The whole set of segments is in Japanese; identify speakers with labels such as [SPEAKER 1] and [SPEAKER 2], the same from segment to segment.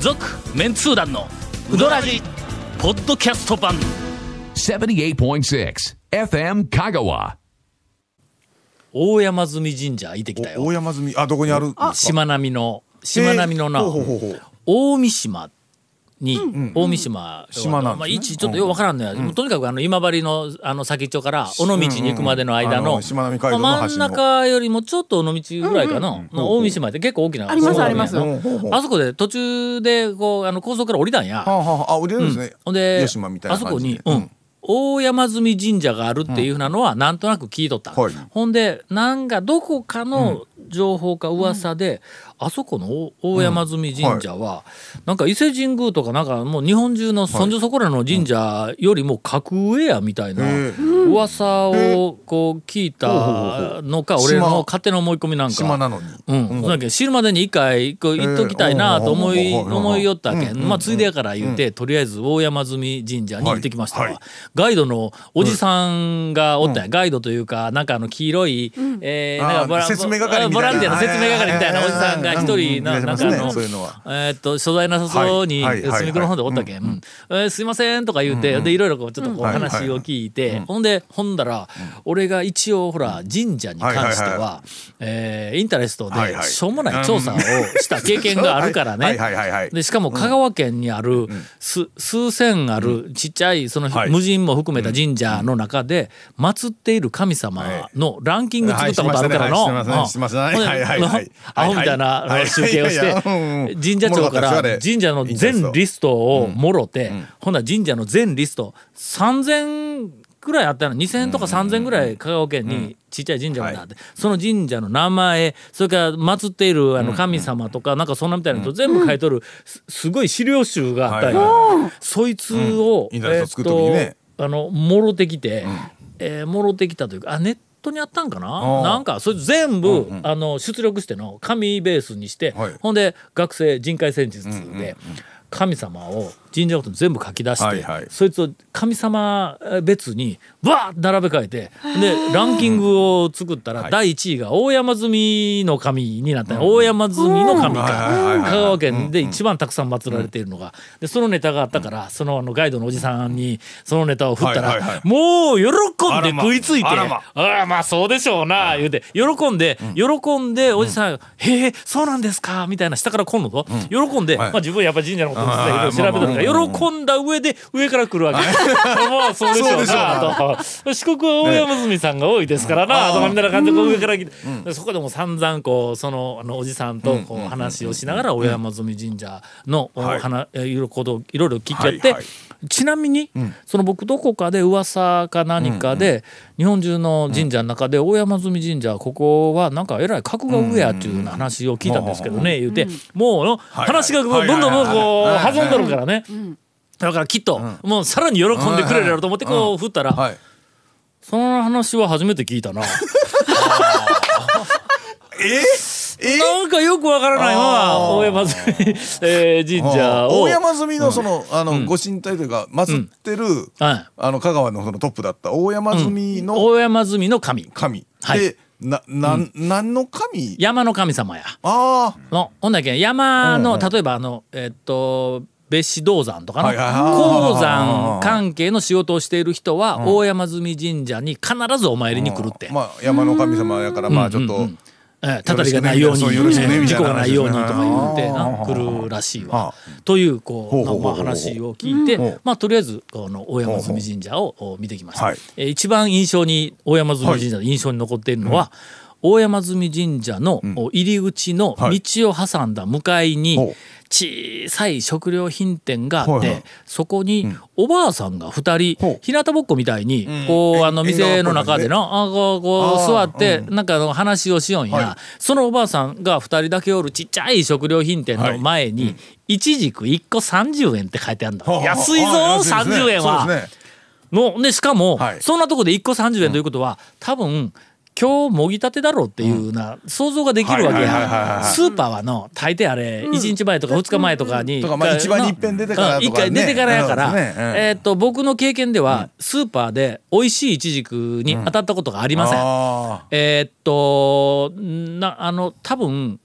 [SPEAKER 1] 続メンツー団のウドラジポッドキャスト版
[SPEAKER 2] 78.6 FM Kagawa.
[SPEAKER 3] 大山積神社行ってきた
[SPEAKER 4] お
[SPEAKER 3] よ
[SPEAKER 4] 大山積みあどこにあるんですか
[SPEAKER 3] しまなみのしまなみのな、
[SPEAKER 4] えーほうほうほうほう
[SPEAKER 3] 大三島に、大三島、
[SPEAKER 4] 島なんですね
[SPEAKER 3] まあ、位置ちょっとよくわからんのや、とにかくあの今治のあの先っちょから尾道に行くまでの間
[SPEAKER 4] うんうんあ
[SPEAKER 3] の,、
[SPEAKER 4] のしまなみ海道の
[SPEAKER 3] まあ
[SPEAKER 4] 端
[SPEAKER 3] 真ん
[SPEAKER 4] の
[SPEAKER 3] 中よりもちょっと尾道ぐらいかな、まあ大三島って結構大きな
[SPEAKER 5] あります
[SPEAKER 3] そうなん
[SPEAKER 5] あります
[SPEAKER 3] や
[SPEAKER 4] うんほうほう
[SPEAKER 3] あそこで途中でこうあの高速から降りたんや、
[SPEAKER 4] はあはああ売れるんですね、
[SPEAKER 3] ほんで
[SPEAKER 4] 吉間みたいな
[SPEAKER 3] あそ
[SPEAKER 4] 感
[SPEAKER 3] こ
[SPEAKER 4] じ
[SPEAKER 3] に
[SPEAKER 4] で、
[SPEAKER 3] うん大山積神社があるっていうふうなのはなんとなく聞いとった、
[SPEAKER 4] はい
[SPEAKER 3] ほんでなんかどこかの情報か噂で、あそこの大大山積神社は、なんか伊勢神宮とかなんかもう日本中のそんじょそこらの神社よりも格上やみたいな
[SPEAKER 4] へえ
[SPEAKER 3] 噂をこう聞いたのか
[SPEAKER 4] ほうほうほう
[SPEAKER 3] 俺の
[SPEAKER 4] 島
[SPEAKER 3] 勝手な思い込みなんか
[SPEAKER 4] 島なのに
[SPEAKER 3] うん、そうだけど知るまでに一回こう行っときたいなと思い、
[SPEAKER 4] えーうん
[SPEAKER 3] 思いよったわけ、
[SPEAKER 4] うん
[SPEAKER 3] まあついでやから言うて、とりあえず大山積神社に行ってきましたわ、
[SPEAKER 4] はいはい
[SPEAKER 3] ガイドのおじさんがおったんや、ガイドというかなんかあの黄色い、えーなん
[SPEAKER 4] あ
[SPEAKER 3] か
[SPEAKER 4] ー
[SPEAKER 3] ボラ
[SPEAKER 4] 説明係みたいな
[SPEAKER 3] ボランティアの説明係みたいなおじさんが一人な,、
[SPEAKER 4] うん
[SPEAKER 3] なんかあ
[SPEAKER 4] いらっしゃいま
[SPEAKER 3] の
[SPEAKER 4] すねそういうのは
[SPEAKER 3] えーっと所在なさそうに
[SPEAKER 4] はいはいはいはい
[SPEAKER 3] 隅っこの方でおったけんうん「えーすいません」とか言うて、でいろいろこうちょっとこう
[SPEAKER 4] はいはい
[SPEAKER 3] 話を聞いて、ほんでほんだら、俺が一応ほら神社に関しては,、
[SPEAKER 4] はいはいは
[SPEAKER 3] えーインタレスト
[SPEAKER 4] はいは
[SPEAKER 3] で
[SPEAKER 4] い
[SPEAKER 3] しょうもない調査をした経験があるから
[SPEAKER 4] は
[SPEAKER 3] ね
[SPEAKER 4] いはいはいはい
[SPEAKER 3] でしかも香川県にあるす数千あるちっちゃいその
[SPEAKER 4] はい
[SPEAKER 3] 無人も含めた神社の中で祀っている神様のランキング作ったことあるからの
[SPEAKER 4] はいはいしてますね
[SPEAKER 3] うん
[SPEAKER 4] してますねはいはいは
[SPEAKER 3] ほん
[SPEAKER 4] い
[SPEAKER 3] でアホみたい
[SPEAKER 4] はいはい
[SPEAKER 3] な
[SPEAKER 4] はい
[SPEAKER 3] 集計をし
[SPEAKER 4] いやい
[SPEAKER 3] て
[SPEAKER 4] やうんうん
[SPEAKER 3] 神社長か
[SPEAKER 4] おもろか
[SPEAKER 3] ら
[SPEAKER 4] ったですよあれ
[SPEAKER 3] 神社の全リストをもろてほんなら神社の全リスト3000ぐらいあったの2000とか3000ぐらい香川県にちっちゃい神社があってその神社の名前それから祀っているあの神様とかなんかそんなみたいなこと全部書いとるすすごい資料集があったんよそいつを
[SPEAKER 4] うんインターネット作る時にね
[SPEAKER 3] えーっとあのもろてきてえーもろてきたというかあネットにあったんかな
[SPEAKER 4] ー
[SPEAKER 3] なんかそれ全部あの出力しての紙ベースにして
[SPEAKER 4] はい
[SPEAKER 3] ほんで学生人海戦術で神様を神社ごとに全部書き出して、
[SPEAKER 4] はいはい
[SPEAKER 3] そいつを神様別にバーッと並べ替えてでランキングを作ったら第1位が大山積みの神になった、大山積みの神か
[SPEAKER 4] はいはいはいはい
[SPEAKER 3] 香川県で一番たくさん祀られているのがでそのネタがあったからそのあのガイドのおじさんにそのネタを振ったら、
[SPEAKER 4] はいはいはい
[SPEAKER 3] もう喜ん
[SPEAKER 4] あ
[SPEAKER 3] で
[SPEAKER 4] らま
[SPEAKER 3] 食いついて
[SPEAKER 4] あらま
[SPEAKER 3] ああまあそうでしょうな言うて喜んで喜んでおじさん「へえそうなんですか」みたいな下から来んのと喜んでま
[SPEAKER 4] はい
[SPEAKER 3] あ自分やっぱ神社のことを
[SPEAKER 4] あー
[SPEAKER 3] 調べとるから
[SPEAKER 4] まあまあまあま
[SPEAKER 3] 喜んだ上で上から来るわけまあ そうでしょうなと四国は大山住さんが多いですからなとかみたいな感じでこう上から来てでそこでも散々こうそのあのおじさんとこう話をしながら大山住神社のお
[SPEAKER 4] はい
[SPEAKER 3] 話いろいろことをいろいろ聞き合っ
[SPEAKER 4] はい
[SPEAKER 3] て
[SPEAKER 4] はい
[SPEAKER 3] ちなみに、その僕どこかで噂か何かで、日本中の神社の中で大山積神社ここはなんかえらい格が上やっていうような話を聞いたんですけどね、言うて、もうの
[SPEAKER 4] い
[SPEAKER 3] 話がどんどんどんどんこう弾んどるからね、だからきっと、もうさらに喜んでくれるやろと思ってこう振ったら、
[SPEAKER 4] はい
[SPEAKER 3] その話は初めて聞いたな。
[SPEAKER 4] ええ
[SPEAKER 3] なんかよくわからないま
[SPEAKER 4] あ
[SPEAKER 3] ま
[SPEAKER 4] ー
[SPEAKER 3] 大山積、えー神社を。
[SPEAKER 4] 大山積みのその、あの、ご神体というか祀ってる、
[SPEAKER 3] はい
[SPEAKER 4] あの香川のそのトップだった大山積みの
[SPEAKER 3] 大山積の神
[SPEAKER 4] 神、
[SPEAKER 3] はい
[SPEAKER 4] でななん、なんの神
[SPEAKER 3] 山の神様や。
[SPEAKER 4] ああ
[SPEAKER 3] のほんだっけ山の、例えばあのえっと別紙銅山とかの
[SPEAKER 4] はいはいはい
[SPEAKER 3] 鉱山関係の仕事をしている人は大山積神社に必ずお参りに来るって、
[SPEAKER 4] まあ山の神様やからまあちょっと、
[SPEAKER 3] ええたたりがないように
[SPEAKER 4] よろしくね
[SPEAKER 3] ええ
[SPEAKER 4] みた
[SPEAKER 3] 事
[SPEAKER 4] い
[SPEAKER 3] 故
[SPEAKER 4] な
[SPEAKER 3] がないようにとか言うて
[SPEAKER 4] あ
[SPEAKER 3] な
[SPEAKER 4] ー
[SPEAKER 3] 来るらしい
[SPEAKER 4] は
[SPEAKER 3] わ
[SPEAKER 4] あ。
[SPEAKER 3] というこ
[SPEAKER 4] ほう
[SPEAKER 3] う
[SPEAKER 4] ほうほうほう
[SPEAKER 3] まあ話を聞いて、
[SPEAKER 4] うん
[SPEAKER 3] まあとりあえずこの大山積神社をお見てきました
[SPEAKER 4] はい。
[SPEAKER 3] えー一番印象に大山積神社の印象に残っているのは、大山積神社のお入り口の
[SPEAKER 4] はい
[SPEAKER 3] 道を挟んだ向かいに、
[SPEAKER 4] ほう
[SPEAKER 3] 小さい食料品店があって、
[SPEAKER 4] はいはい
[SPEAKER 3] そこにおばあさんが2人、
[SPEAKER 4] ほう
[SPEAKER 3] 日向ぼっこみたいにこうあの店の中でなあこうこう
[SPEAKER 4] あー
[SPEAKER 3] 座ってなんかあの話をしようんや、
[SPEAKER 4] はい
[SPEAKER 3] そのおばあさんが2人だけおるちっちゃい食料品店の前に、いちじく1個30円って書いてあるんだ、
[SPEAKER 4] はあ
[SPEAKER 3] 安いぞ
[SPEAKER 4] ああ安いですね
[SPEAKER 3] 30円は、
[SPEAKER 4] そうですね
[SPEAKER 3] のでしかも、
[SPEAKER 4] はい
[SPEAKER 3] そんなとこで1個30円ということは、多分今日もぎたてだろうっていうな、想像ができるわけ
[SPEAKER 4] はいはいはいはい
[SPEAKER 3] や
[SPEAKER 4] はい
[SPEAKER 3] スーパーはの大抵あれ1日前とか2日前とかに、
[SPEAKER 4] とかまあ
[SPEAKER 3] な
[SPEAKER 4] 一番に一遍出てからとかね
[SPEAKER 3] うん一回出てからやから、
[SPEAKER 4] なるほどねうん
[SPEAKER 3] えーっと僕の経験ではスーパーで美味しいイチジクに当たったことがありません、
[SPEAKER 4] あ
[SPEAKER 3] えーっとなあの多分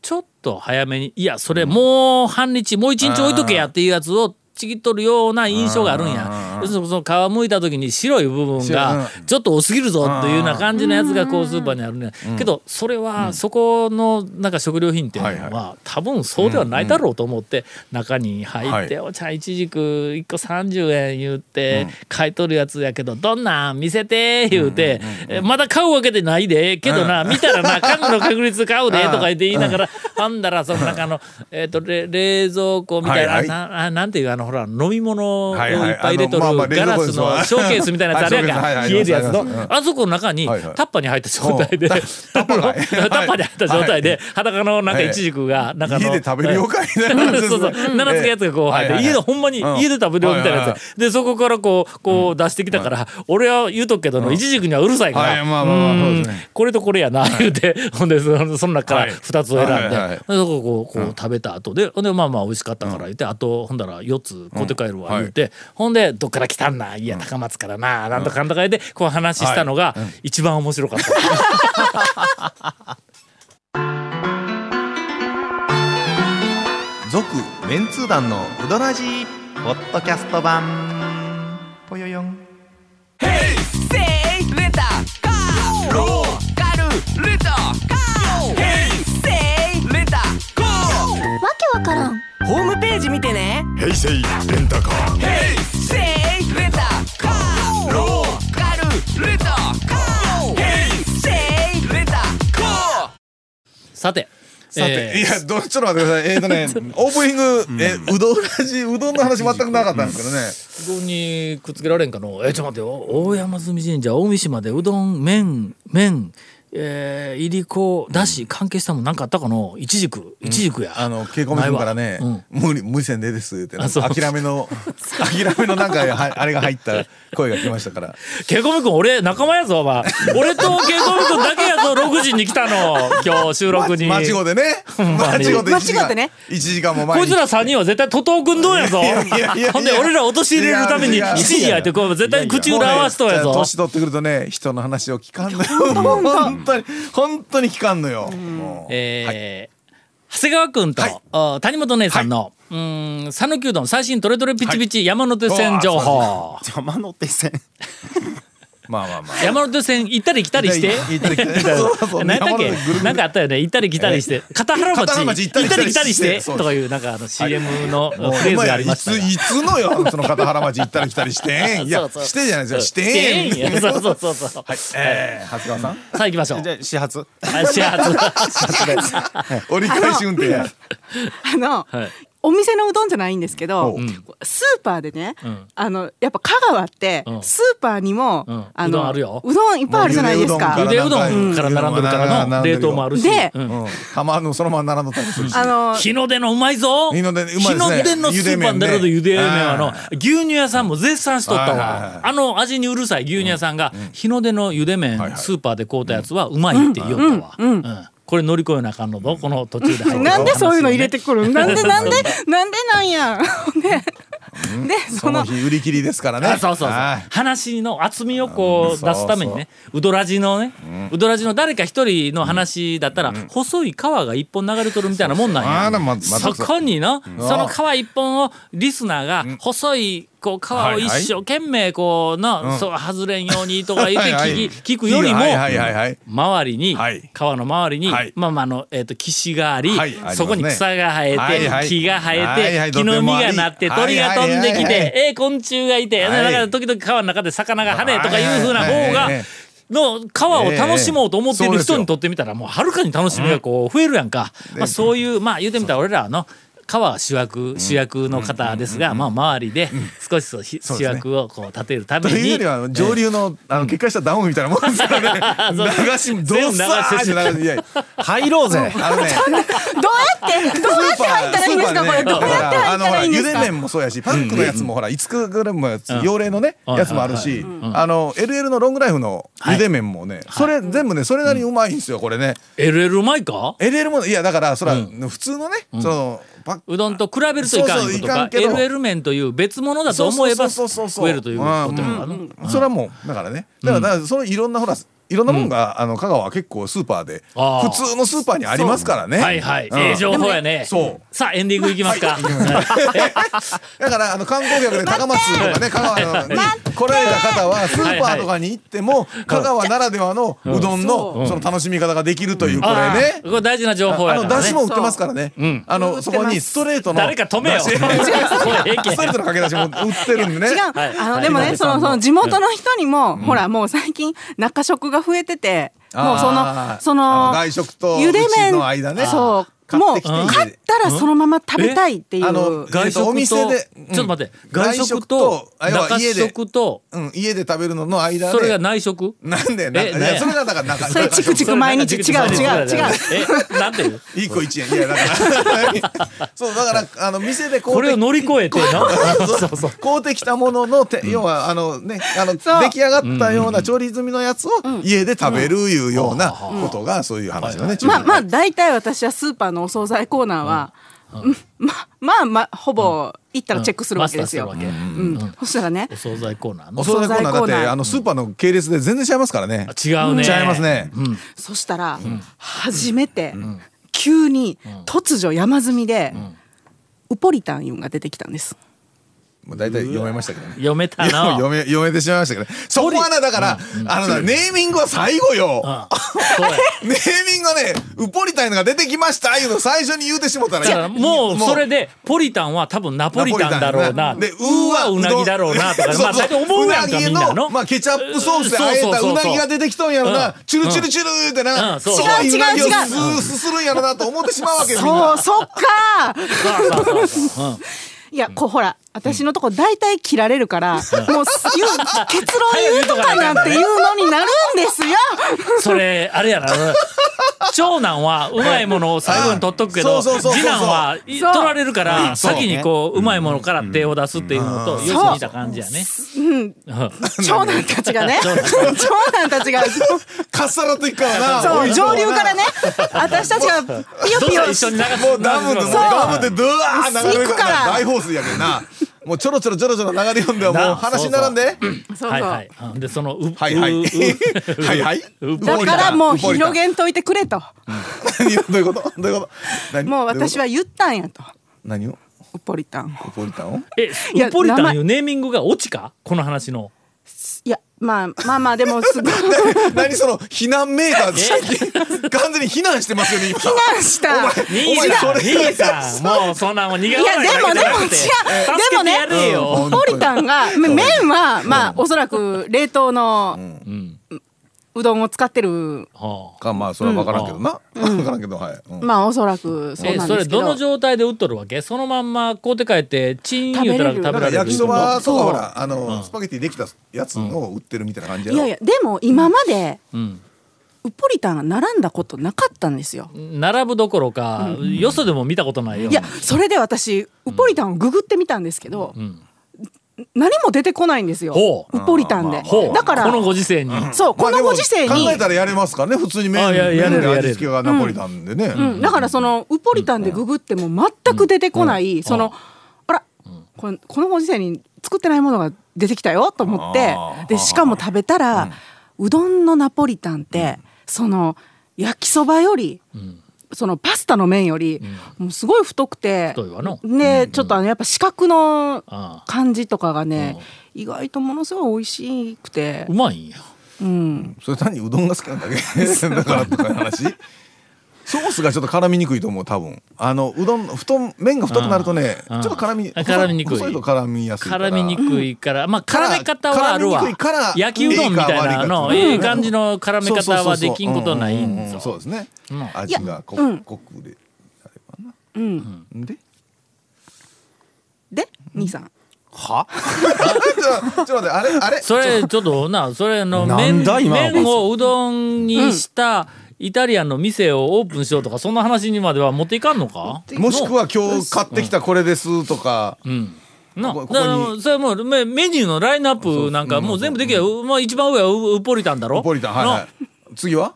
[SPEAKER 3] ちょっと早めにいやそれもう半日、もう一日置いとけやっていうやつをちぎっとるような印象があるんや要するにその皮むいた時に白い部分がちょっと多すぎるぞっていうような感じのやつがこうスーパーにあるね、けどそれはそこのなんか食料品店は、
[SPEAKER 4] はいは
[SPEAKER 3] 多分そうではないだろうと思って中に入って「お茶いちじく1個30円」言って買い取るやつやけど「どんなん見せて」言うて「えまだ買うわけでないでけどな見たら な家具の確率買うで」とか言って言いながらあんだらその中のえっとれ冷蔵庫みたい
[SPEAKER 4] は
[SPEAKER 3] ない
[SPEAKER 4] はい
[SPEAKER 3] なあなんていうあのほら飲み物をい
[SPEAKER 4] はいはい
[SPEAKER 3] っぱい入れと
[SPEAKER 4] あのまあまあ
[SPEAKER 3] るガラス
[SPEAKER 4] 冷蔵庫
[SPEAKER 3] の
[SPEAKER 4] です
[SPEAKER 3] ショーケースみたいなやつあれやか
[SPEAKER 4] はいは
[SPEAKER 3] ら
[SPEAKER 4] い
[SPEAKER 3] 冷えるやつ
[SPEAKER 4] あります
[SPEAKER 3] のあそこの中にタ
[SPEAKER 4] はいはい
[SPEAKER 3] ッパーに入った状態で
[SPEAKER 4] おう
[SPEAKER 3] タ
[SPEAKER 4] タ
[SPEAKER 3] ッパ
[SPEAKER 4] ッパ
[SPEAKER 3] ー
[SPEAKER 4] ー
[SPEAKER 3] の
[SPEAKER 4] が
[SPEAKER 3] タッパーに入った状態で裸のなんか
[SPEAKER 4] はい
[SPEAKER 3] イチジクがなんかあの
[SPEAKER 4] 家で食べるよかいな
[SPEAKER 3] そうそう、七つけやつがこう入って、
[SPEAKER 4] はいはいはい
[SPEAKER 3] 家でほんまに
[SPEAKER 4] うん
[SPEAKER 3] 家で食べるよみたいな
[SPEAKER 4] はい
[SPEAKER 3] や
[SPEAKER 4] はい
[SPEAKER 3] つ。で、そこからこう、こう出してきたから、俺は言うとくけどの、いちじくにはうるさいか
[SPEAKER 4] はい
[SPEAKER 3] ら、
[SPEAKER 4] まあまあまあ
[SPEAKER 3] うん
[SPEAKER 4] そうですね
[SPEAKER 3] これとこれやな、言うて、 ほんで、そのその中から
[SPEAKER 4] はい
[SPEAKER 3] 二つを選んで、
[SPEAKER 4] はいはいは
[SPEAKER 3] で
[SPEAKER 4] い
[SPEAKER 3] そこをこうこう食べた後で、ほんで、まあまあ美味しかったから言って、あと、ほんだら四つ買うて帰るわ、言うて、ほんで、どっから来たんな、いや、高松からな、なんとかなんとか言って、こう話したのが、一番面白かった。
[SPEAKER 5] 続メンツー団のウドラジーポッドキャスト版ぽよよん
[SPEAKER 6] せいレンタカーローカルレンタカーヘイセイレンタカー
[SPEAKER 7] わけわからん
[SPEAKER 6] ホームページ見てねヘイセイレンタカーヘイセイレンタカーローカルレンタカーヘイセイレンタカー
[SPEAKER 3] さて、
[SPEAKER 4] さ
[SPEAKER 3] えー
[SPEAKER 4] て、いや、ど、ちょっと待ってください。えっ、とね、オープニング、え、うどんらし、うどんの話全くなかったんですけど
[SPEAKER 3] う
[SPEAKER 4] ね。
[SPEAKER 3] どんにくっつけられんかのえちょっと待ってよ大山積神社大三島でうどん麺麺えー、いりこだし関係したもんなんかあったかのいちじくいちじくや、
[SPEAKER 4] あの、稽古目からね、
[SPEAKER 3] ないわ
[SPEAKER 4] 無理、無線でですって、
[SPEAKER 3] あそう
[SPEAKER 4] 諦めの、諦めのなんか、はあれが入った声が来ましたから。
[SPEAKER 3] ケイコミ君俺仲間やぞお前俺とケイコミ君だけやぞ6時に来たの今日収録に
[SPEAKER 4] ま間違うでね。
[SPEAKER 3] ま
[SPEAKER 4] 間
[SPEAKER 3] に
[SPEAKER 4] 違うで1時
[SPEAKER 6] 間違うてね
[SPEAKER 4] 間。一時間も前
[SPEAKER 3] こ
[SPEAKER 4] に
[SPEAKER 3] いつら3人は絶対徒党軍どうやぞ
[SPEAKER 4] いやいやいやいや
[SPEAKER 3] ほんで俺ら陥れるために
[SPEAKER 4] いやいやいや
[SPEAKER 3] 7時やってこう絶対口裏合わせとうや
[SPEAKER 4] もうね
[SPEAKER 3] ぞ
[SPEAKER 4] 年取ってくるとね、人の話を聞かんのよ。本当に、本当に聞かんのよ。もう
[SPEAKER 3] えー長谷川君と、あ谷本姉さんの、うーん讃岐うどん最新トレトレピチピチ山手線情報、
[SPEAKER 5] 山手線
[SPEAKER 4] まあまあまあ。
[SPEAKER 3] 山手線行ったり来たりして
[SPEAKER 4] 行ったり来たり。そうそう
[SPEAKER 3] 何やったっけ
[SPEAKER 4] 山手ぐるぐる
[SPEAKER 3] なんかあったよね行ったり来たりして片原町
[SPEAKER 4] 片原町
[SPEAKER 3] 行ったり来たりし
[SPEAKER 4] 行った
[SPEAKER 3] て
[SPEAKER 4] り来たりして
[SPEAKER 3] とかいうなんかあの CM のフレーズがありましたが
[SPEAKER 4] いついつのよその片原町行ったり来たりしてんいや
[SPEAKER 3] そうそう
[SPEAKER 4] してじゃないですよしてん
[SPEAKER 3] してんやそうそうそうそう、
[SPEAKER 4] えー長谷川さん
[SPEAKER 3] さあ行きましょう
[SPEAKER 5] じゃあ始発
[SPEAKER 3] あ始発
[SPEAKER 4] 折り返し運転や
[SPEAKER 8] あの、
[SPEAKER 3] はい
[SPEAKER 8] お店のうどんじゃないんですけど、
[SPEAKER 4] う
[SPEAKER 8] スーパーでね、
[SPEAKER 3] ん
[SPEAKER 8] あのやっぱ香川って
[SPEAKER 3] うん
[SPEAKER 8] スーパーにも、
[SPEAKER 3] うん
[SPEAKER 8] あ
[SPEAKER 3] うどん
[SPEAKER 8] の
[SPEAKER 3] あるよ
[SPEAKER 8] うどんいっぱいあるじゃないですか。
[SPEAKER 3] ゆ
[SPEAKER 4] もうゆ
[SPEAKER 3] でうどんから並んでるからの冷凍もあるし
[SPEAKER 8] で
[SPEAKER 3] うん
[SPEAKER 4] うん浜のそのまま並んどったりするし
[SPEAKER 8] あの
[SPEAKER 3] 日の出のうまいぞ
[SPEAKER 4] 日の出うまいです
[SPEAKER 3] 日
[SPEAKER 4] ね
[SPEAKER 3] の出のスーパーの中でゆ
[SPEAKER 4] ゆ
[SPEAKER 3] で
[SPEAKER 4] で
[SPEAKER 3] 麺
[SPEAKER 4] 麺ね
[SPEAKER 3] はの
[SPEAKER 4] あ
[SPEAKER 3] 牛乳屋さんも絶賛しとった
[SPEAKER 4] はいはいはい
[SPEAKER 3] わあの味にうるさい牛乳屋さんが日の出のゆで麺
[SPEAKER 4] はいはい
[SPEAKER 3] スーパーで買うたやつはうまいって言おったわうんこれ乗り越えなあかんのぞこの途中で入ってくる
[SPEAKER 8] なんでそういうの入れて
[SPEAKER 3] 話
[SPEAKER 8] くるんなんでなんでなんでなんや ねでそ
[SPEAKER 4] その
[SPEAKER 8] の
[SPEAKER 4] 日売り切りですからね
[SPEAKER 3] あそうそうそう
[SPEAKER 4] はい
[SPEAKER 3] 話の厚みをこう出すためにねうどらじのねうどらじの誰か一人の話だったら細い川が一本流れとるみたいなもんなんや
[SPEAKER 4] あらままた
[SPEAKER 3] そこにの、その皮一本をリスナーが細いこう皮を一生懸命こうの、そう外れんようにとか言って聞き
[SPEAKER 4] はいはい
[SPEAKER 3] 聞くよりも
[SPEAKER 4] はいはいはいはい
[SPEAKER 3] 周りに、
[SPEAKER 4] はい
[SPEAKER 3] 川の周りに、
[SPEAKER 4] はい
[SPEAKER 3] まあまああの、えー、と岸があり,、
[SPEAKER 4] はいありますね
[SPEAKER 3] そこに草が生えて、
[SPEAKER 4] はいはい
[SPEAKER 3] 木が生えて、
[SPEAKER 4] はいはい
[SPEAKER 3] 木の実がなって
[SPEAKER 4] どこに
[SPEAKER 3] 鳥が飛んできて、
[SPEAKER 4] はいはいはい
[SPEAKER 3] えー昆虫がいて、
[SPEAKER 4] はい
[SPEAKER 3] だから時々川の中で魚が跳ねとかいうふうな方が。
[SPEAKER 4] はいはい
[SPEAKER 3] の川を楽しもうと思ってい
[SPEAKER 4] えええ
[SPEAKER 3] る
[SPEAKER 4] え
[SPEAKER 3] 人
[SPEAKER 4] そうですよ
[SPEAKER 3] にとってみたらもうはるかに楽しみがこう増えるやんか、まあ、そういうまあ言うてみたら俺らはの川は主役主役の方ですがまあ周りで少しそうひ
[SPEAKER 4] そう
[SPEAKER 3] 主
[SPEAKER 4] ですね
[SPEAKER 3] 役をこう立てるた
[SPEAKER 4] と
[SPEAKER 3] め
[SPEAKER 4] いう
[SPEAKER 3] に
[SPEAKER 4] よりは上流のあの決壊したダムみたいなもんです からね流しどうさーって流しいや
[SPEAKER 5] 入ろう ぜ
[SPEAKER 4] あのね
[SPEAKER 8] どうやってどうやって入ったらいいんですか、
[SPEAKER 4] スー
[SPEAKER 8] こ
[SPEAKER 4] パー
[SPEAKER 8] れ
[SPEAKER 4] ね
[SPEAKER 8] どうやって入
[SPEAKER 4] あ
[SPEAKER 8] ったらいいんです
[SPEAKER 4] のほらゆで
[SPEAKER 8] か。
[SPEAKER 4] 麺もそうやしパックのやつもほら5つぐらいもやつ用例のね
[SPEAKER 3] うん
[SPEAKER 4] やつもあるしあの LL のロングライフのゆで麺もねそれ全部ねそれなりにうまいんですよこれね
[SPEAKER 3] LL うまいか
[SPEAKER 4] LL もいやだからそら普通のねそのパッ
[SPEAKER 3] うどんと比べるといかんことか
[SPEAKER 4] そうそういかんけど
[SPEAKER 3] LL 麺という別物だと思えば
[SPEAKER 4] そうそうそうそう
[SPEAKER 3] 食えるということやからな
[SPEAKER 4] う
[SPEAKER 3] ん
[SPEAKER 4] うんそれはもうだからねだからだからそのいろんなほらいろんなもんがあの香川は結構スーパーで
[SPEAKER 3] あー
[SPEAKER 4] 普通のスーパーにありますからね
[SPEAKER 3] はいはい、
[SPEAKER 4] うん
[SPEAKER 3] ええ情報やね
[SPEAKER 4] そう
[SPEAKER 3] さあエンディングいきますか、
[SPEAKER 4] だからあの観光客で高松とかね香川に来られた方はスーパーとかに行っても香川ならではのうどんのその楽しみ方ができるというこれ
[SPEAKER 3] あ
[SPEAKER 4] ね
[SPEAKER 3] これ大事な情報
[SPEAKER 4] あ
[SPEAKER 3] やから
[SPEAKER 4] のだ
[SPEAKER 3] ね
[SPEAKER 4] しも売ってますからねあのそこにストレートの
[SPEAKER 3] 誰か止めよ
[SPEAKER 4] だし
[SPEAKER 3] それええけん
[SPEAKER 4] ストレートのかけ出しも売ってるんでね
[SPEAKER 8] 違う、
[SPEAKER 3] はい
[SPEAKER 8] あ
[SPEAKER 3] は
[SPEAKER 8] の
[SPEAKER 3] い
[SPEAKER 8] でも
[SPEAKER 3] はい
[SPEAKER 8] ねそのその地元の人にも、ほらもう最近中食が増えててもうそ
[SPEAKER 4] あ
[SPEAKER 8] の
[SPEAKER 4] ー
[SPEAKER 8] そ
[SPEAKER 4] あ
[SPEAKER 8] の
[SPEAKER 4] 外食と
[SPEAKER 8] ゆで
[SPEAKER 4] うち
[SPEAKER 8] 麺
[SPEAKER 4] の間ね
[SPEAKER 8] そう
[SPEAKER 4] 買って
[SPEAKER 8] もう
[SPEAKER 4] きて家で
[SPEAKER 8] 買ったらそのまま食べたいってい
[SPEAKER 4] えあ
[SPEAKER 8] う
[SPEAKER 4] の
[SPEAKER 8] が
[SPEAKER 3] 外食と
[SPEAKER 4] お店でうん
[SPEAKER 3] ちょっと待って外食と
[SPEAKER 4] 外食とあ要は
[SPEAKER 3] 中
[SPEAKER 4] 家で
[SPEAKER 3] 食と
[SPEAKER 4] うん家で食べるのの間で
[SPEAKER 3] それが内食
[SPEAKER 4] なんで
[SPEAKER 3] えなんや
[SPEAKER 4] それがだから中
[SPEAKER 8] それチクチク毎日違う違う違う
[SPEAKER 3] えなんていう
[SPEAKER 4] 一個一円いやだから そうだからあの店でこう
[SPEAKER 3] これを乗り越えてなそうそう
[SPEAKER 4] 買うてきたもののて、要はあのねあの出
[SPEAKER 8] そう
[SPEAKER 4] 来上がったような調理済みのやつを家で食べるいうようなことがそういう話だね。
[SPEAKER 8] まあまあ大体私はスーパーのお惣菜コーナーは、うんままあまあほぼ行ったらチェックするわけですよ。
[SPEAKER 3] マ
[SPEAKER 8] う
[SPEAKER 3] ス
[SPEAKER 8] ん
[SPEAKER 3] ターするわ
[SPEAKER 8] そしたらね
[SPEAKER 3] けお惣菜コーナーの
[SPEAKER 4] お惣菜コーナーだ
[SPEAKER 8] お惣菜コ
[SPEAKER 4] っ
[SPEAKER 8] ーナ
[SPEAKER 4] て
[SPEAKER 8] ー
[SPEAKER 4] あのスーパーの系列で全然違いますからね。
[SPEAKER 3] 違うね
[SPEAKER 4] 違いますね。
[SPEAKER 8] そしたら初めて急に突如山積みでウポリタンいうんが出てきたんです。
[SPEAKER 4] もう大体読めましたけどね。
[SPEAKER 3] 読めた
[SPEAKER 4] いやも
[SPEAKER 3] な
[SPEAKER 4] う 読め読めてしまいましたけどねそこはなだから、あのなネーミングは最後よ、
[SPEAKER 3] そうや
[SPEAKER 4] ネーミングがねウポリタンのが出てきましたいうの最初に言うてしもたら
[SPEAKER 3] だからもうそれでポリタンは多分ナポリタンだろうな
[SPEAKER 4] で、
[SPEAKER 3] うーわうなぎだろうなとか
[SPEAKER 4] そう
[SPEAKER 3] まあ大体思うやんか
[SPEAKER 4] なぎ
[SPEAKER 3] みん
[SPEAKER 4] の
[SPEAKER 3] なの
[SPEAKER 4] まあ、ケチャップソースであえた
[SPEAKER 3] そうそう
[SPEAKER 4] う
[SPEAKER 3] そう
[SPEAKER 4] な
[SPEAKER 3] そう
[SPEAKER 4] ぎが出てきとんやろな、
[SPEAKER 3] うん
[SPEAKER 4] チュルチュルチュルってな、
[SPEAKER 3] うんそ
[SPEAKER 4] そうう
[SPEAKER 3] そう
[SPEAKER 4] いううなぎを
[SPEAKER 8] 違う違う
[SPEAKER 4] すーすするんやろなと思ってしまうわけよみん
[SPEAKER 8] そ
[SPEAKER 4] な
[SPEAKER 8] うそっか
[SPEAKER 3] そうそうそうそううん
[SPEAKER 8] いやこうほら私のとこ大体切られるから、もうす言う結論言うとかなっていうのになるんですよ。
[SPEAKER 3] それあれやな長男はうまいものを最後に取っとくけ
[SPEAKER 4] う
[SPEAKER 3] ど
[SPEAKER 4] んそう
[SPEAKER 3] 次
[SPEAKER 4] そうそうそう
[SPEAKER 3] 男はい取
[SPEAKER 8] そう
[SPEAKER 3] られるから
[SPEAKER 4] そう
[SPEAKER 3] 先にこううまいものから手を出すっていうのとよく似た感じやね
[SPEAKER 8] 長男たちがね 長男たちがそ
[SPEAKER 4] かっさらといくからなおいうとこ
[SPEAKER 8] 上
[SPEAKER 4] はな
[SPEAKER 8] 流か らね私たちがピヨ
[SPEAKER 3] どう
[SPEAKER 8] ピヨ
[SPEAKER 3] ぞ一緒に流す
[SPEAKER 4] もうダムで
[SPEAKER 3] 流すの
[SPEAKER 4] ダムでドワー流れるか
[SPEAKER 8] 行くからら
[SPEAKER 4] 大放水やけどなもうちょろちょろちょろちょろ流れ読んではもう話にならんで
[SPEAKER 8] そうそう、
[SPEAKER 3] はいはいうんでそのう
[SPEAKER 4] はいはいう
[SPEAKER 3] う
[SPEAKER 4] はいはい
[SPEAKER 8] だからもう広
[SPEAKER 4] げ
[SPEAKER 8] げんといてくれと
[SPEAKER 4] 何 どういうことどういうこと何
[SPEAKER 8] もう私は言ったんやと
[SPEAKER 4] 何を
[SPEAKER 8] ウポリタン
[SPEAKER 4] ウポリタンを
[SPEAKER 3] え
[SPEAKER 8] いや
[SPEAKER 3] ウポリタンいうネーミングがオチかこの話の
[SPEAKER 8] いやまあまあまあでも すごい避
[SPEAKER 4] 何その避難メーター最近完全に避難してますよね今
[SPEAKER 8] 難した
[SPEAKER 3] 兄
[SPEAKER 4] お前
[SPEAKER 3] さん
[SPEAKER 4] それ
[SPEAKER 3] 兄さんもうそんなもん逃げらない
[SPEAKER 8] いやで
[SPEAKER 3] だ
[SPEAKER 8] もでも
[SPEAKER 3] けじゃなくて
[SPEAKER 8] 違うでもね
[SPEAKER 3] 助けてやれよ
[SPEAKER 4] うん
[SPEAKER 8] ウポリタンがめ麺はまあおそらく冷凍のうどんを使ってる
[SPEAKER 3] はあ
[SPEAKER 4] かまあそれは分からんけどな分からんけどはいうん
[SPEAKER 8] まあおそらくそう
[SPEAKER 3] え
[SPEAKER 8] なん
[SPEAKER 3] そ
[SPEAKER 8] で
[SPEAKER 3] れ
[SPEAKER 8] すけ
[SPEAKER 3] ど
[SPEAKER 8] ど
[SPEAKER 3] の状態で売っとるわけそのまんま買うて帰ってチーン言うたら食べら
[SPEAKER 8] 食
[SPEAKER 3] れ
[SPEAKER 4] だか
[SPEAKER 3] る
[SPEAKER 4] ら焼きそばとか
[SPEAKER 8] そう
[SPEAKER 4] ほらあのスパゲティできたやつを売ってるみたいな感じや
[SPEAKER 8] い
[SPEAKER 4] ろ
[SPEAKER 8] やいやでも今まで
[SPEAKER 3] ん
[SPEAKER 8] ウポリタンが並んだことなかったんですよ。
[SPEAKER 3] 並ぶどころか、よそでも見たことないよ。
[SPEAKER 8] いやそれで私ウポリタンをググってみたんですけど、
[SPEAKER 3] ん
[SPEAKER 8] 何も出てこないんですよ
[SPEAKER 3] ほう
[SPEAKER 8] ウポリタンで
[SPEAKER 3] ほう
[SPEAKER 8] だから
[SPEAKER 3] このご時世に、
[SPEAKER 8] そう
[SPEAKER 4] ま
[SPEAKER 8] こ
[SPEAKER 4] あで
[SPEAKER 8] の
[SPEAKER 4] も
[SPEAKER 8] ご時世に
[SPEAKER 4] 考えたらやれますからね普通に麺
[SPEAKER 3] あいややれる
[SPEAKER 4] 麺で
[SPEAKER 3] やれる
[SPEAKER 4] 味付けがナポリタンでね
[SPEAKER 8] うんだからそのウポリタンでググっても全く出てこない、そのあらこのこのご時世に作ってないものが出てきたよと思って
[SPEAKER 4] あー
[SPEAKER 8] でしかも食べたら、うどんのナポリタンって、その焼きそばより、そのパスタの麺より、もうすごい太くて
[SPEAKER 3] 太いわの
[SPEAKER 8] ねちょっとあのやっぱ四角の
[SPEAKER 3] ああ
[SPEAKER 8] 感じとかがね、意外とものすごい美味しくて
[SPEAKER 3] う、まいんや。
[SPEAKER 8] うん、
[SPEAKER 4] それ単にうどんが好きなんだけだからとかいう話ソースがちょっと絡みにくいと思う多分あのうどん太ん麺が太くなるとねち
[SPEAKER 3] う
[SPEAKER 4] ょ
[SPEAKER 3] ん
[SPEAKER 4] っと絡み
[SPEAKER 3] あ絡みにくい
[SPEAKER 4] 細いと絡みやすいから
[SPEAKER 3] 絡みにくいから、まあ
[SPEAKER 4] から
[SPEAKER 3] 絡め方はあるわ
[SPEAKER 4] 絡みにくいから。
[SPEAKER 3] 焼きうどんみたいなの、
[SPEAKER 4] いいか悪いか
[SPEAKER 3] いい感じの絡め
[SPEAKER 4] そうそうそう
[SPEAKER 3] 方
[SPEAKER 4] そう
[SPEAKER 3] はできんことない
[SPEAKER 4] うんうんんう
[SPEAKER 3] ぞ
[SPEAKER 4] んそうですね
[SPEAKER 3] うん
[SPEAKER 4] 味がこ
[SPEAKER 8] うん
[SPEAKER 4] 濃くであればな
[SPEAKER 8] うん、
[SPEAKER 4] んで
[SPEAKER 8] で兄さん
[SPEAKER 5] は
[SPEAKER 4] ちょっと待ってあれあれ
[SPEAKER 3] それちょっとな、それの
[SPEAKER 5] なん
[SPEAKER 3] 麺
[SPEAKER 5] だ今の
[SPEAKER 3] 麺をうどんにしたイタリアンの店をオープンしようとか、そんな話にまでは持っていかんのか？
[SPEAKER 4] もしくは今日買ってきたこれですとか
[SPEAKER 3] な
[SPEAKER 4] こここ
[SPEAKER 3] だから
[SPEAKER 4] に
[SPEAKER 3] もうそれはもうメメニューのラインナップなんかもう全部できる、まあ一番上はウウポリタンだろ
[SPEAKER 4] ナポリタンはいはい次は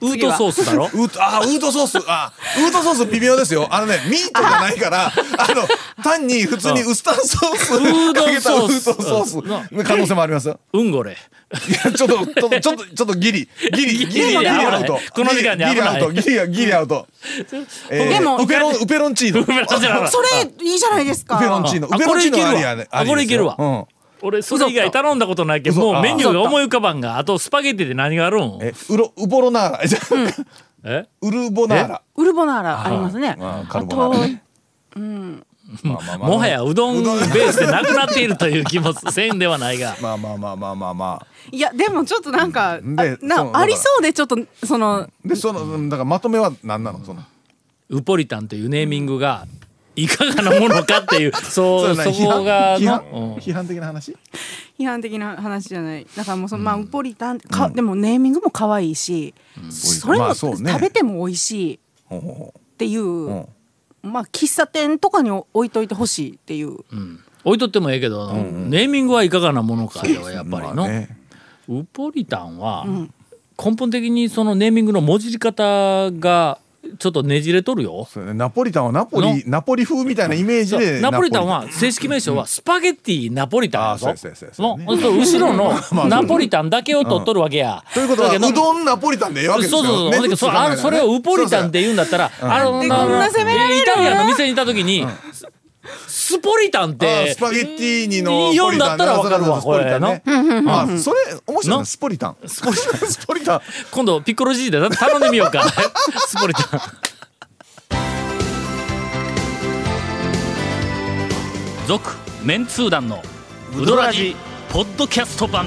[SPEAKER 3] ウートソースだ ろ
[SPEAKER 4] ウート、あー、ウートソース、あー、ウートソース微妙ですよ。あのね、ミートじゃな いから、あの、単に普通にウスターソース
[SPEAKER 3] ウード
[SPEAKER 4] かけたウ
[SPEAKER 3] ソー
[SPEAKER 4] ー
[SPEAKER 3] ス
[SPEAKER 4] トソース
[SPEAKER 3] う
[SPEAKER 4] の可能性もありますよ。
[SPEAKER 3] うんごれ
[SPEAKER 4] いやちょっと、ちょっと、ちょっと、ちょっとギリ、ギリ、ギリ、ギリ
[SPEAKER 3] 危ない
[SPEAKER 4] アウト。
[SPEAKER 3] この時間に
[SPEAKER 4] ギリ
[SPEAKER 3] 危ない
[SPEAKER 4] アウト、ギリ、ギリアウト。えー
[SPEAKER 8] でも
[SPEAKER 4] ウペロン、ウペロンチーノ。ウ
[SPEAKER 3] ウペロンチーノ
[SPEAKER 8] それいいじゃないですか
[SPEAKER 4] ペロンチーノ。
[SPEAKER 3] あ
[SPEAKER 4] ウペロンチーノ
[SPEAKER 3] これいけるわ
[SPEAKER 4] ありやね。
[SPEAKER 3] あこれいけるわ
[SPEAKER 4] うん
[SPEAKER 3] 俺それ以外頼んだことないけどもうメニューが思い浮かばんがあとスパゲティで何があるん
[SPEAKER 4] え、ウロ、ウボロナーラ。じゃあ
[SPEAKER 3] え
[SPEAKER 4] ウルボナーラ。
[SPEAKER 8] ウルボナーラありますね
[SPEAKER 4] あー
[SPEAKER 8] あ
[SPEAKER 4] カルボナー
[SPEAKER 8] と
[SPEAKER 4] ラね まあまあまあ
[SPEAKER 3] もはやうどんベースでなくなっているという気もせんではないが
[SPEAKER 4] まあまあまあまあまあまあ。
[SPEAKER 8] いやでもちょっとなんかあ
[SPEAKER 4] でそうだ
[SPEAKER 8] な
[SPEAKER 4] から
[SPEAKER 8] ありそうでちょっとその
[SPEAKER 4] で、その、うんだからまとめは何なのその。
[SPEAKER 3] ウポリタンというネーミングがいかがなものかっていう そう
[SPEAKER 4] れ
[SPEAKER 3] そ
[SPEAKER 4] 何批
[SPEAKER 3] こ
[SPEAKER 4] 判
[SPEAKER 3] が
[SPEAKER 4] 批
[SPEAKER 3] の
[SPEAKER 4] 判
[SPEAKER 3] うん
[SPEAKER 4] 批判的な話
[SPEAKER 8] 批判的な話じゃないだからもうその、まあウポリタンってか、でもネーミングも可愛いし、それ
[SPEAKER 4] ま
[SPEAKER 8] も
[SPEAKER 4] あそうね
[SPEAKER 8] 食べても美味しい
[SPEAKER 4] ほうほうほ
[SPEAKER 8] っていう、
[SPEAKER 4] ん
[SPEAKER 8] まあ喫茶店とかに置いといてほしいっていう、
[SPEAKER 3] 置いとってもええけど、ネーミングはいかがなものかよやっ
[SPEAKER 4] う
[SPEAKER 3] ぱりの、
[SPEAKER 4] まあね
[SPEAKER 3] ウポリタンは根本的にそのネーミングの文字り方がちょっとねじれとるよ。
[SPEAKER 4] そうねナポリタンはナポリナポリ風みたいなイメージで
[SPEAKER 3] ナポリタンは正式名称はスパゲッティナポリタンやぞ
[SPEAKER 4] あそうやそうやそうや
[SPEAKER 3] のそう後ろ のナポリタンだけを取っとるわけや。
[SPEAKER 4] ということは
[SPEAKER 3] だけど
[SPEAKER 4] うどんナポリタンでええわけ
[SPEAKER 3] そう
[SPEAKER 4] ですよ
[SPEAKER 3] そうそう、だけどそれあれそれをウポリタンって言うんだったら、あの
[SPEAKER 8] でこんな攻められる
[SPEAKER 3] イタリアンの店にいた時に、ススポリタンっ
[SPEAKER 4] で
[SPEAKER 3] て
[SPEAKER 4] スパゲッティーニの
[SPEAKER 3] 読んだったらわかるわ
[SPEAKER 4] ポリタンね
[SPEAKER 3] こ
[SPEAKER 4] あそれ面白い
[SPEAKER 3] の
[SPEAKER 4] ねスポ リタンスポリタンスポリタン
[SPEAKER 3] 今度ピッコロ G で頼んでみよう かスポリタン
[SPEAKER 1] 続メンツー団のウドラジポッドキャスト版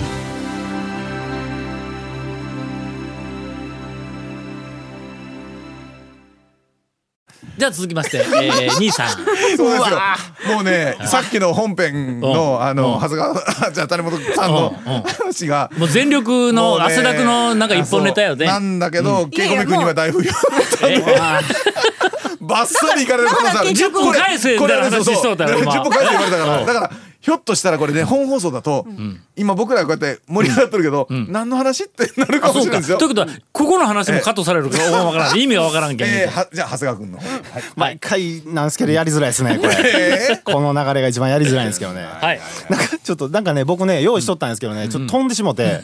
[SPEAKER 3] じゃあ続きま して、えー、兄さん
[SPEAKER 4] そうですよもうねさっきの本編
[SPEAKER 3] うん
[SPEAKER 4] のあ
[SPEAKER 3] うん
[SPEAKER 4] の長谷川 じゃあ谷本さんの
[SPEAKER 3] うんうん
[SPEAKER 4] 話が
[SPEAKER 3] もう全力
[SPEAKER 4] もう
[SPEAKER 3] の
[SPEAKER 4] ね
[SPEAKER 3] 汗だくのなんか一本ネタやで、
[SPEAKER 4] そうなんだけどケイコミ君には大不評
[SPEAKER 3] えー
[SPEAKER 4] バッサリ行かれる可能性ある。
[SPEAKER 8] だから結局
[SPEAKER 4] これ
[SPEAKER 3] 返せ
[SPEAKER 4] これ
[SPEAKER 3] みたいな話しそうだよ
[SPEAKER 4] そう
[SPEAKER 3] 今
[SPEAKER 4] 10分返せ言われたから。だから、ひょっとしたらこれね、本放送だと、今僕らこうやって盛り上がってるけど、何の話ってなるか
[SPEAKER 3] あ
[SPEAKER 4] も
[SPEAKER 3] そ
[SPEAKER 4] し
[SPEAKER 3] う
[SPEAKER 4] れない
[SPEAKER 3] か
[SPEAKER 4] で
[SPEAKER 3] と
[SPEAKER 4] す
[SPEAKER 3] い
[SPEAKER 4] よ
[SPEAKER 3] う。ことはここの話もカットされるからわからん意味がわからんけん、
[SPEAKER 4] えーはじゃあ、長谷川君の方。はい
[SPEAKER 7] 毎回なんですけどやりづらいで すねこれこの流れが一番やりづらいんですけどね
[SPEAKER 3] はい
[SPEAKER 7] なんかちょっとなんかね僕ね用意しとったんですけどねちょっと飛んでしもて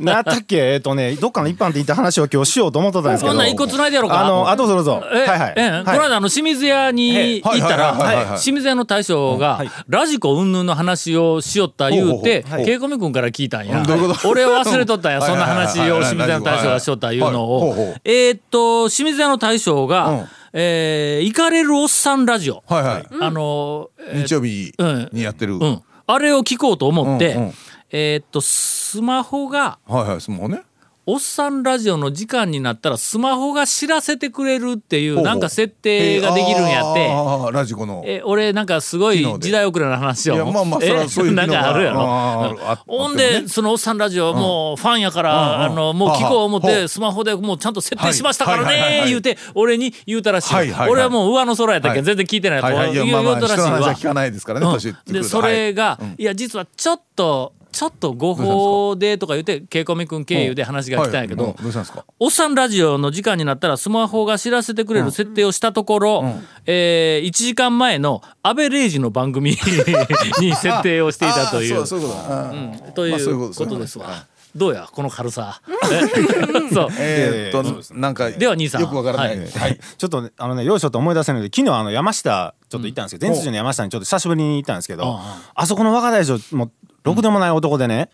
[SPEAKER 7] 何やったっけえっとねどっかの一般って言った話を今日しようと思っとったんですけど
[SPEAKER 3] そんなん一個繋いでやろうか
[SPEAKER 7] あのあどうぞどうぞ
[SPEAKER 3] え
[SPEAKER 7] はいはい
[SPEAKER 3] ええこの
[SPEAKER 7] はい
[SPEAKER 3] 間あの清水屋に行った
[SPEAKER 4] はいはいはいはいはい
[SPEAKER 3] ら清水屋の大将がラジコ云々の話をしよった言うて
[SPEAKER 4] ほうほうほう
[SPEAKER 3] 稽古み君から聞いたんや
[SPEAKER 4] うんどういうこと
[SPEAKER 3] 俺忘れとったんや
[SPEAKER 4] はい
[SPEAKER 3] そ
[SPEAKER 4] は
[SPEAKER 3] ん
[SPEAKER 4] い
[SPEAKER 3] な
[SPEAKER 4] はいはい
[SPEAKER 3] 話を清水屋の大将がしよった言うの
[SPEAKER 4] はいはいほう
[SPEAKER 3] を
[SPEAKER 4] ほう
[SPEAKER 3] えーっと清水屋の大将
[SPEAKER 4] うん
[SPEAKER 3] が「えー行かれるおっさんラジオ」
[SPEAKER 4] はいはい。
[SPEAKER 3] あのえー
[SPEAKER 4] 日曜日にやってる。
[SPEAKER 3] う
[SPEAKER 4] はい
[SPEAKER 3] んあれを聞こうと思っ
[SPEAKER 4] うんう
[SPEAKER 3] て
[SPEAKER 4] ん
[SPEAKER 3] えーっとスマホが「
[SPEAKER 4] はい、スマホね。
[SPEAKER 3] おっさんラジオの時間になったらスマホが知らせてくれるってい
[SPEAKER 4] ほうほ
[SPEAKER 3] う
[SPEAKER 4] う
[SPEAKER 3] なんか設定ができるんやっ
[SPEAKER 4] あ
[SPEAKER 3] て。
[SPEAKER 4] ーラジコの。
[SPEAKER 3] え俺なんかすごい
[SPEAKER 4] 機能で
[SPEAKER 3] 時代遅れな話を
[SPEAKER 4] いやまあまあそれは
[SPEAKER 3] え
[SPEAKER 4] そういう機
[SPEAKER 3] な
[SPEAKER 4] 能
[SPEAKER 3] ん
[SPEAKER 4] が
[SPEAKER 3] かあるや
[SPEAKER 4] あ
[SPEAKER 3] ろ
[SPEAKER 4] ーああ
[SPEAKER 3] ほん
[SPEAKER 4] あっても
[SPEAKER 3] で
[SPEAKER 4] ね
[SPEAKER 3] そのおっさんラジオもうファンやから
[SPEAKER 4] うん
[SPEAKER 3] あ
[SPEAKER 4] うん
[SPEAKER 3] のもう聞こう思っ
[SPEAKER 4] はあは
[SPEAKER 3] て
[SPEAKER 4] あ
[SPEAKER 3] スマホでもうちゃんと設定しましたから
[SPEAKER 4] はいはいはい
[SPEAKER 3] ね
[SPEAKER 4] はい
[SPEAKER 3] 言うて俺に言うたらしい
[SPEAKER 4] はいはいはい
[SPEAKER 3] 俺はもう上の空やったけ
[SPEAKER 4] は
[SPEAKER 3] ん
[SPEAKER 4] い
[SPEAKER 3] 全然聞いてないと
[SPEAKER 4] はいはい。いや、
[SPEAKER 3] 言
[SPEAKER 4] まあまあ、
[SPEAKER 3] う
[SPEAKER 4] 人
[SPEAKER 3] たらしい
[SPEAKER 4] の話は
[SPEAKER 3] わ
[SPEAKER 4] 聞かないですからね、
[SPEAKER 3] うん
[SPEAKER 4] 年いってくる
[SPEAKER 3] で
[SPEAKER 4] と
[SPEAKER 3] それが、
[SPEAKER 4] はい
[SPEAKER 3] い、や実はちょっとちょっと誤報でとか言ってケイコミ君経由で話が来たんやけど、
[SPEAKER 4] はいうんどうしたんですか
[SPEAKER 3] おっさんラジオの時間になったらスマホが知らせてくれる設定をしたところ、え1時間前のアベレージの番組 に設定をしていたとい
[SPEAKER 4] あ
[SPEAKER 3] う
[SPEAKER 4] ーそうそういうことだ。うん
[SPEAKER 3] とい
[SPEAKER 4] まあそういう
[SPEAKER 3] う
[SPEAKER 4] ことです
[SPEAKER 3] こ
[SPEAKER 4] ね
[SPEAKER 3] とですわ。どうやこの軽さ。え そう
[SPEAKER 4] え
[SPEAKER 7] いやいや
[SPEAKER 4] ーっと、なんか、
[SPEAKER 3] では兄さん
[SPEAKER 4] よくわからない。
[SPEAKER 3] は
[SPEAKER 4] はい。
[SPEAKER 7] ちょっとねあのね用意しようと思い出せないので昨日あの山下ちょっと行ったんですけど前通寺の山下にちょっと久しぶりに行ったんですけどあそこの若大将もうろくでもない男でね、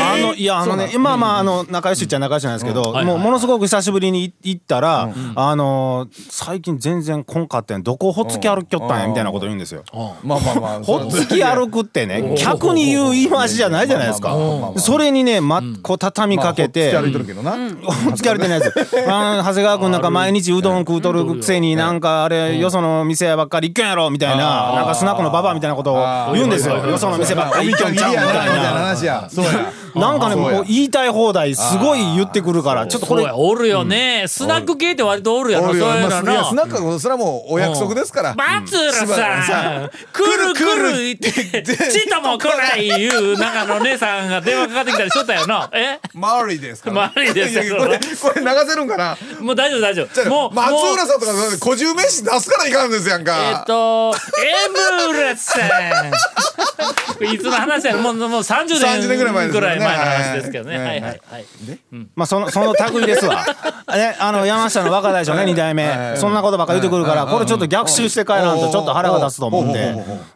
[SPEAKER 7] あのいやあのねまあまああの仲良しっちゃ仲良しなんですけど、
[SPEAKER 3] はいはい
[SPEAKER 7] もうものすごく久しぶりに行ったら、あのー最近全然こんかってんどこほっつき歩きよったんやみたいなこと言うんですよ。
[SPEAKER 4] まあまあま あ。
[SPEAKER 7] ほっつき歩くってね客に言う言い回しじゃないじゃないですか
[SPEAKER 4] まあまあまあまあ
[SPEAKER 7] それにね、ま、こう畳みかけて、
[SPEAKER 4] まあほっつき歩いてるけどな。
[SPEAKER 7] ほっつき歩いてないやつあー長谷川君なんか毎日うどん食うとるくせになんかあれよその店ばっかり行くんやろみたいななんかスナックのババアみたいなことを言うんですよ
[SPEAKER 4] あー
[SPEAKER 7] よその店ばっかり行くんちゃうみ
[SPEAKER 4] お見限りやなみたいな
[SPEAKER 7] たいな。
[SPEAKER 4] 話や。そうや。
[SPEAKER 7] なんかね
[SPEAKER 4] そうや
[SPEAKER 7] もう言いたい放題すごい言ってくるからちょっとこ
[SPEAKER 3] そう
[SPEAKER 7] れ
[SPEAKER 3] やおるよね、スナック系って割とおるやろそう
[SPEAKER 4] お
[SPEAKER 3] い
[SPEAKER 4] るよま
[SPEAKER 3] うの
[SPEAKER 4] あいやス
[SPEAKER 3] な
[SPEAKER 4] ナックはそれはもうお約束ですから
[SPEAKER 3] 松浦さん、くるくる言って、ちっとも来ないいう中の姉さんが電話かかってきたりしとったよな。え
[SPEAKER 4] マーリーですから
[SPEAKER 3] マーリーですから
[SPEAKER 4] いやいやこれこれ流せるんかな
[SPEAKER 3] もう大丈夫大丈
[SPEAKER 4] じゃ
[SPEAKER 3] 夫。
[SPEAKER 4] あ
[SPEAKER 3] もう、
[SPEAKER 4] 松
[SPEAKER 3] もう
[SPEAKER 4] 浦さんとか小十名詞出すからいかんですや
[SPEAKER 3] え
[SPEAKER 4] ん
[SPEAKER 3] っ
[SPEAKER 4] か
[SPEAKER 3] と、エムラさん。いつの話やろもう、もう30年
[SPEAKER 4] 30年ぐらい前です
[SPEAKER 3] ぐ
[SPEAKER 4] よ
[SPEAKER 3] ら
[SPEAKER 4] ね
[SPEAKER 3] い前の話ですけどね。
[SPEAKER 4] は
[SPEAKER 3] はいいはいはい。
[SPEAKER 7] まあそのその類です わねあの山下の若大将ね2代目そんなことばっか言ってくるからこれちょっと逆襲して帰らんとちょっと腹が立つと思うんで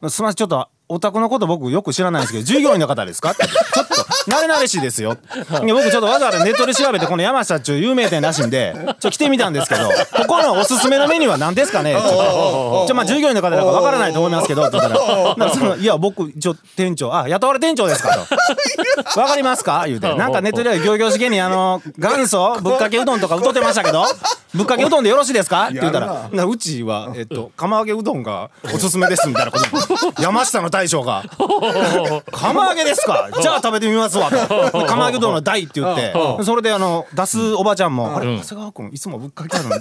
[SPEAKER 7] すみませんちょっとお宅のこと僕よく知らないんですけど従業員の方ですかってちょっと慣れ慣れしいですよいや僕ちょっとわざわざネットで調べてこの山下っちゅう有名店らしいんでちょっと来てみたんですけどここのおすすめのメニューは何ですかねちょっとちょまあ従業員の方だからわからないと思いますけどって言ったらだからそのいや僕一応店長あ雇われ店長ですかと。 わかりますか言うて。なんかネットでは行々しげにあの、元 祖ぶっかけうどんとか歌ってましたけ ど、ぶっかけうどんでよろしいですかって言った
[SPEAKER 4] や
[SPEAKER 7] ら、なうちは、えっと、釜揚げうどんがおすすめですみたいな こと。山下の大将 が、釜揚げです かじゃあ食べてみますわと。釜揚げうどんの大って言って、それであの、出すおばちゃんも、あれ、長谷川君いつもぶっかけあるの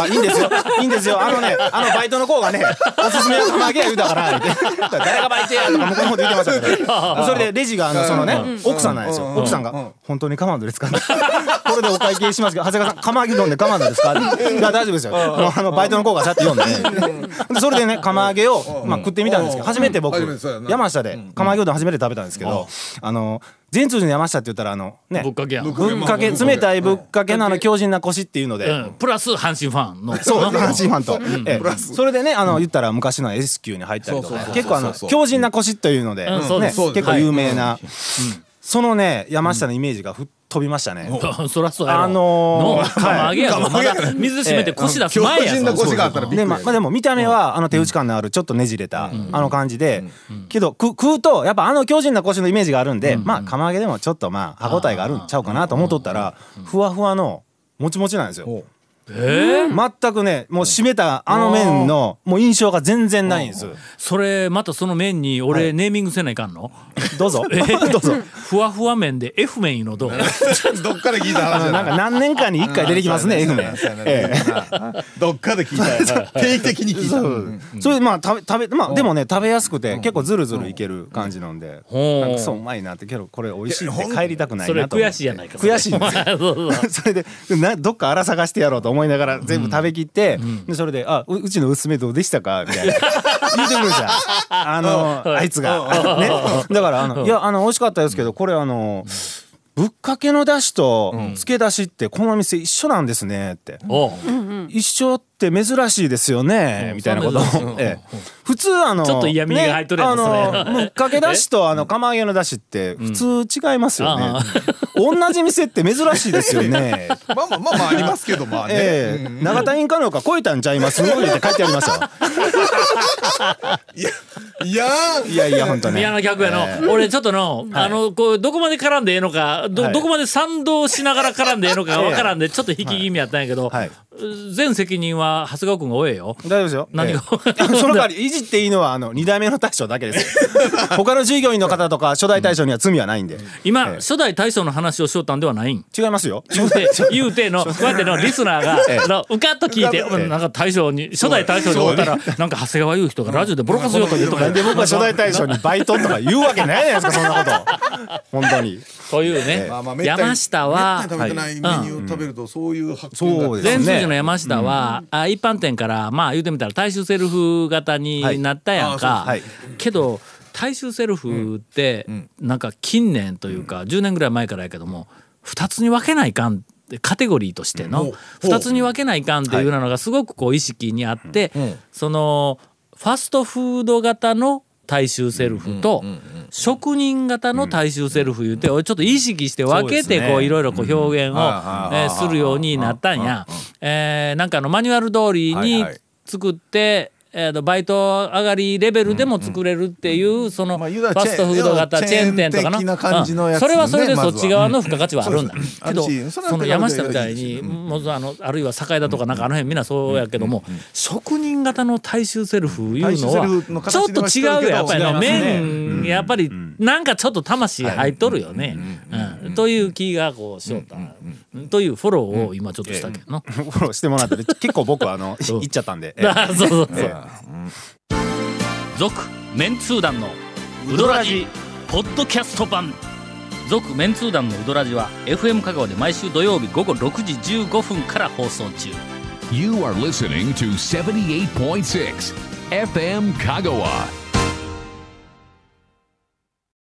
[SPEAKER 7] あ、いいんですよ。いいんですよ。あのね、あのバイトの子がね、おすすめは釜揚げや言うだから、言うて誰がバイトやとか向こうの方で言ってましたけど。それでレジがあのそのね奥さんなんですよ奥さんが「本当にカマンドですか?」 これでお会計しますけど長谷川さん「釜揚げ丼でカマンドですか?」いや大丈夫ですよもうあのバイトの子がさって読んででそれでね釜揚げをまあ食ってみたんですけど初めて僕
[SPEAKER 4] 初めてそうやな
[SPEAKER 7] 山下で釜揚げうどん初めて食べたんですけどあの善通寺の山下って言ったらあのね
[SPEAKER 3] ぶっかけやん。う
[SPEAKER 7] ぶっかけ冷たいぶっかけのあの強靭な腰っていうので
[SPEAKER 3] ん。プラス阪神ファンの。
[SPEAKER 7] そう、阪神ファンと。ええそれでね、あの、言ったら昔の S 級に入ったり
[SPEAKER 4] そ
[SPEAKER 7] と
[SPEAKER 4] うそう
[SPEAKER 7] か
[SPEAKER 4] そ、う
[SPEAKER 7] 結構あの、強靭な腰というので、
[SPEAKER 3] うん
[SPEAKER 7] ね
[SPEAKER 3] そうです
[SPEAKER 4] そうです
[SPEAKER 7] 結構有名な、そのね、山下のイメージが吹っ飛びましたね。
[SPEAKER 3] そらそうやろ。
[SPEAKER 7] あのー
[SPEAKER 3] の釜揚げやろ。まだ水締めて腰出す
[SPEAKER 4] 強
[SPEAKER 3] 前やぞ。
[SPEAKER 4] 靭な腰があったらびっく
[SPEAKER 7] で
[SPEAKER 4] り
[SPEAKER 7] ままあでも見た目はあの手打ち感のあるちょっとねじれたあの感じでけどく食うとやっぱあの強靭な腰のイメージがあるんでまあ釜揚げでもちょっとまあ歯応えがあるんちゃうかなと思っとったらふわふわのもちもちなんですよ。
[SPEAKER 3] えー
[SPEAKER 7] 全くねもう締めたあの麺のもう印象が全然ないんです。
[SPEAKER 3] それ、またその麺に俺ネーミングせないかんの
[SPEAKER 7] どうぞ。 どうぞ。
[SPEAKER 3] ふわふわ麺で F 麺いうのどう
[SPEAKER 4] どっかで聞いた話
[SPEAKER 7] なんか何年間に一回出てきますね、F ね。ええ
[SPEAKER 4] どっかで聞いた定期的に聞いたうん
[SPEAKER 7] それでまあ食べ食べまあでもね食べやすくて結構ズルズルいける感じなんで、
[SPEAKER 3] ほう
[SPEAKER 7] なんかそううまいなってけどこれ美味しいって帰りたくない
[SPEAKER 3] それ
[SPEAKER 7] なと思って。
[SPEAKER 3] 悔しいやないか。
[SPEAKER 7] 悔しいんですよ。
[SPEAKER 3] よ。 そうそう
[SPEAKER 7] それでなどっか荒探してやろうと思いながら全部食べきって、でそれで「あううちの娘どうでしたか?」みたいな言ってくるんですよあのあいつが。ね、だからあの「いやあの美味しかったですけどこれあのぶっかけのだしと漬けだしってこの店一緒なんですね」って。
[SPEAKER 3] おう
[SPEAKER 7] 一緒って珍しいですよね、みたいなことを、ええ普通あの
[SPEAKER 3] ちょっと嫌味が入っとるやつですね
[SPEAKER 7] あのぶっかけだしとあの釜揚げのだしって普通違いますよね、
[SPEAKER 3] ああ
[SPEAKER 7] 同じ店って珍しいですよ ね
[SPEAKER 4] まあまあまあまあありますけどまあ
[SPEAKER 7] え
[SPEAKER 4] ね
[SPEAKER 7] え永田インカ農家超えたんちゃいます って書いてありましたよ
[SPEAKER 4] いやー
[SPEAKER 7] いやいや本当ね
[SPEAKER 3] 宮の客やの、俺ちょっとの、あのこうどこまで絡んでええのかど,、
[SPEAKER 7] はい
[SPEAKER 3] どこまで賛同しながら絡んでええのかわからんでちょっと引き気味やったんやけど、
[SPEAKER 7] はい
[SPEAKER 3] 全責任は長谷川君が負えよ。
[SPEAKER 7] 大丈夫ですよ
[SPEAKER 3] 何が
[SPEAKER 7] ええ その代わりいじっていいのはあの2代目の大将だけですよ 他の従業員の方とか初代大将には罪はないんで
[SPEAKER 3] 今、
[SPEAKER 7] ええ
[SPEAKER 3] 初代大将の話をしよったんでは ないん。
[SPEAKER 7] 違いますよ
[SPEAKER 3] 言うて、言うての、こうやって の、リスナーが、の、うかっと聞いて、うんなんか大将に、初代大将におったら、なんか長谷川う人がラジオでボロカスよと言うとか
[SPEAKER 7] なん、で僕は初代大将にバイトとか言うわけないじゃないですかそんなこと本当に
[SPEAKER 3] というね
[SPEAKER 4] まあまあ、めったに
[SPEAKER 3] 山下は、
[SPEAKER 4] めったに食べてないメニューを食べるとそういう発見が
[SPEAKER 7] そうです
[SPEAKER 3] 前
[SPEAKER 7] ね
[SPEAKER 3] 通寺の山下は、あ一般店からまあ言うてみたら大衆セルフ型になったやんか、
[SPEAKER 7] はいあー
[SPEAKER 3] けど大衆セルフってなんか近年というか10年ぐらい前からやけども2つに分けないかんってカテゴリーとしての2つに分けないかんっていうのがすごくこう意識にあって、そのファストフード型の大衆セルフと職人型の大衆セルフ言うて俺ちょっと意識して分けてこういろいろこう表現をえーするようになったんや。えーなんかあのマニュアル通りに作って、えーとバイト上がりレベルでも作れるっていうその
[SPEAKER 4] ま
[SPEAKER 3] フ
[SPEAKER 4] あ言うたら
[SPEAKER 3] ァストフード型チ
[SPEAKER 4] チ
[SPEAKER 3] ェー
[SPEAKER 4] ェー
[SPEAKER 3] ン
[SPEAKER 4] ン
[SPEAKER 3] 店とか
[SPEAKER 4] 的な感じの
[SPEAKER 3] な
[SPEAKER 4] やつ
[SPEAKER 3] それはそれで
[SPEAKER 4] ね
[SPEAKER 3] そ
[SPEAKER 4] ま
[SPEAKER 3] っ
[SPEAKER 4] ずは
[SPEAKER 3] ち側の付加価値はあるんだ
[SPEAKER 4] うんそう
[SPEAKER 3] け
[SPEAKER 4] ですね
[SPEAKER 3] ど
[SPEAKER 4] あるしそれは
[SPEAKER 3] その山下みたい
[SPEAKER 4] 手
[SPEAKER 3] に
[SPEAKER 4] 軽
[SPEAKER 3] もうあのあるいは堺田とかなんかあの辺みんなそうやけども職人型の大衆セルフいうの
[SPEAKER 4] 大衆セルフの
[SPEAKER 3] はちょっ
[SPEAKER 4] 形で
[SPEAKER 3] と
[SPEAKER 4] はして
[SPEAKER 3] 違
[SPEAKER 4] る
[SPEAKER 3] う
[SPEAKER 4] け
[SPEAKER 3] よ
[SPEAKER 4] ど
[SPEAKER 3] やっぱりあの
[SPEAKER 7] 違いますね
[SPEAKER 3] 麺やっぱりなんかちょっと魂入っとるよね。うんという気がこうしよったというフォローを今ちょっとしたけどな。
[SPEAKER 7] フォローしてもらってて結構僕はあのい行っちゃったんで、ええ
[SPEAKER 3] そうそうそう。
[SPEAKER 1] 続メンツー団のウドラジポッドキャスト版続メンツー団のウドラジは FM 香川で毎週土曜日午後6時15分から放送中
[SPEAKER 2] You are listening to 78.6 FM Kagawa.